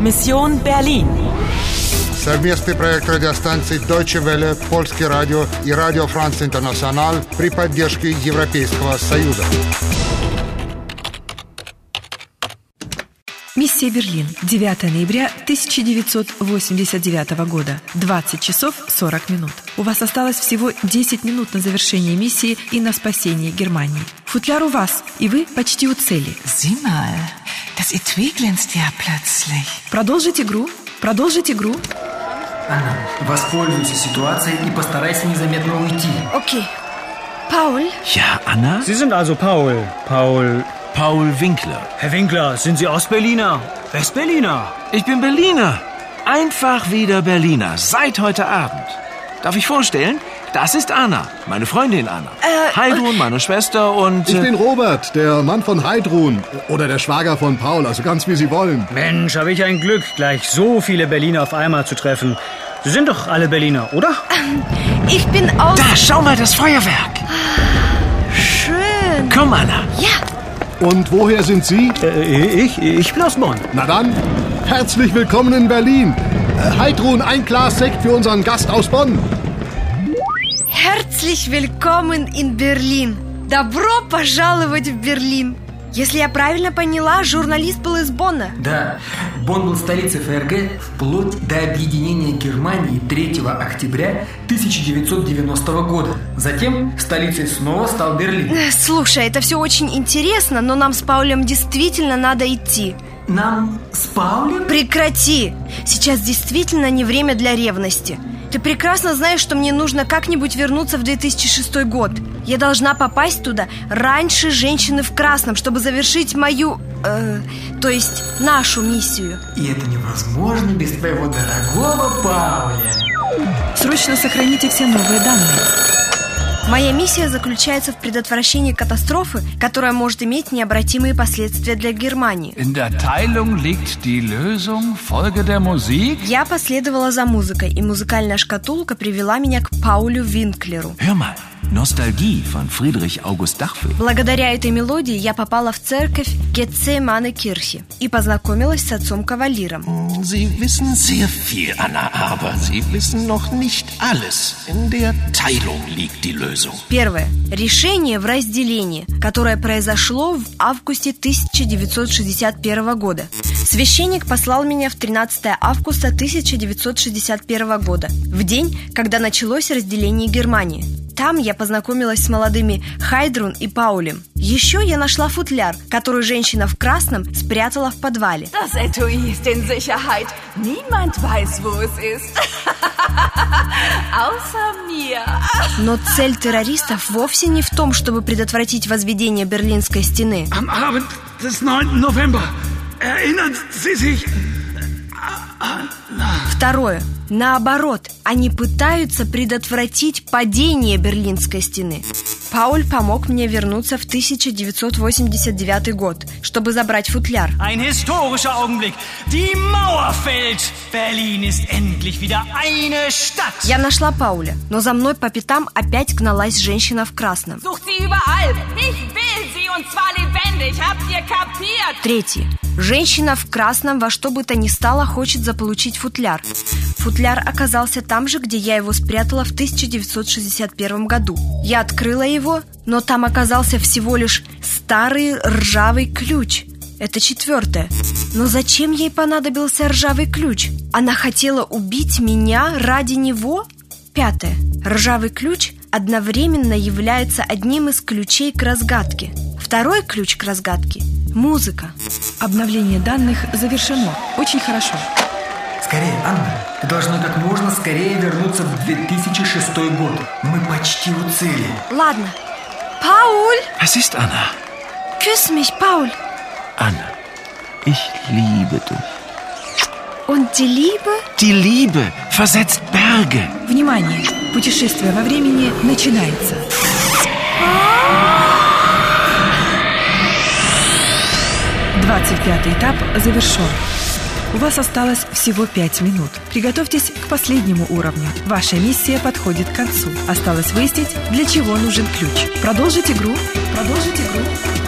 Mission Berlin. Совместный проект радиостанций Deutsche Welle, Польский радио и Радио Франц Интернационал при поддержке Европейского Союза. Миссия Берлин. 9 ноября 1989 года. 20 часов 40 минут. У вас осталось всего 10 минут на завершение миссии и на спасение Германии. Футляр у вас, и вы почти у цели. Sieh mal, das Etui glänzt ja plötzlich. Продолжить игру. Продолжить игру. Анна, воспользуйся ситуацией и постарайся незаметно уйти. Okay. Paul, Ja, Anna? Sie sind also Paul. Paul. Paul Winkler. Herr Winkler, sind Sie Ostberliner? Westberliner? Ich bin Berliner. Einfach wieder Berliner. Seit heute Abend. Darf ich vorstellen? Das ist Anna, meine Freundin Anna. Äh, Heidrun, meine Schwester und... Ich äh, bin Robert, der Mann von Heidrun. Oder der Schwager von Paul, also ganz wie Sie wollen. Mensch, habe ich ein Glück, gleich so viele Berliner auf einmal zu treffen. Sie sind doch alle Berliner, oder? Ähm, ich bin auch Da, schau mal das Feuerwerk. schön. Komm, Anna. Äh, Ja, Und woher sind Sie? ich, ich bin aus Bonn. Na dann, herzlich willkommen in Berlin. Äh, Heidrun, ein Glas Sekt für unseren Gast aus Bonn. herzlich willkommen in Berlin. Добро пожаловать в Берлин. Если я правильно поняла, журналист был из Бонна. Да, Бонн был столицей ФРГ вплоть до объединения Германии 3 октября 1990 года. Затем столицей снова стал Берлин. Э, Слушай, это все очень интересно, но нам с Паулем действительно надо идти. Нам с Паулем? Прекрати! Сейчас действительно не время для ревности. Ты прекрасно знаешь, что мне нужно как-нибудь вернуться в 2006 год. Я должна попасть туда раньше женщины в красном, чтобы завершить мою... э, то есть нашу миссию. И это невозможно без твоего дорогого Пауля. Срочно сохраните все новые данные. Моя миссия заключается в предотвращении катастрофы, которая может иметь необратимые последствия для Германии. In der Teilung liegt die Lösung. Folge der Musik. Я последовала за музыкой, и музыкальная шкатулка привела меня к Паулю Винклеру. Hör mal. Nostalgie von Friedrich August Dachfeld. Благодаря этой мелодии я попала в церковь Гетсейманы Кирхи и познакомилась с отцом-кавалиром. Sie wissen sehr viel, Anna, aber Sie wissen noch nicht alles. In der Teilung liegt die Lösung. Первое. Решение в разделении, которое произошло в августе 1961 года. Священник послал меня в 13 августа 1961 года, в день, когда началось разделение Германии. Там я познакомилась с молодыми Хайдрун и Паулем. Еще я нашла футляр, который женщина в красном спрятала в подвале. Das Etui ist in Sicherheit. Niemand weiß, wo es ist. Außer mir. Но цель террористов вовсе не в том, чтобы предотвратить возведение Берлинской стены. Am Abend des 9. November. Erinnern Sie sich? Второе. Наоборот, они пытаются предотвратить падение Берлинской стены. Пауль помог мне вернуться в 1989 год, чтобы забрать футляр. Ein historischer Augenblick. Die Mauer fällt. Berlin ist endlich wieder eine Stadt. Я нашла Пауля, но за мной по пятам опять гналась женщина в красном. Sucht sie überall. Ich will sie und zwar lebendig. Habt ihr kapiert? Третье. Женщина в красном во что бы то ни стало хочет заполучить футляр. Футляр оказался там же, где я его спрятала в 1961 году. Я открыла его, но там оказался всего лишь старый ржавый ключ. Это четвертое. Но зачем ей понадобился ржавый ключ? Она хотела убить меня ради него? Пятое. Ржавый ключ одновременно является одним из ключей к разгадке. Второй ключ к разгадке – музыка. Обновление данных завершено. Очень хорошо. Скорее, Анна, ты должна как можно скорее вернуться в 2006 год. Мы почти у цели. Ладно. Пауль! Was ist, Anna? Küss mich, Paul! Anna, ich liebe dich. Und die Liebe? Die Liebe versetzt Berge. Внимание! Путешествие во времени начинается. Двадцать пятый этап завершен. У вас осталось всего пять минут. Приготовьтесь к последнему уровню. Ваша миссия подходит к концу. Осталось выяснить, для чего нужен ключ. Продолжить игру. Продолжить игру.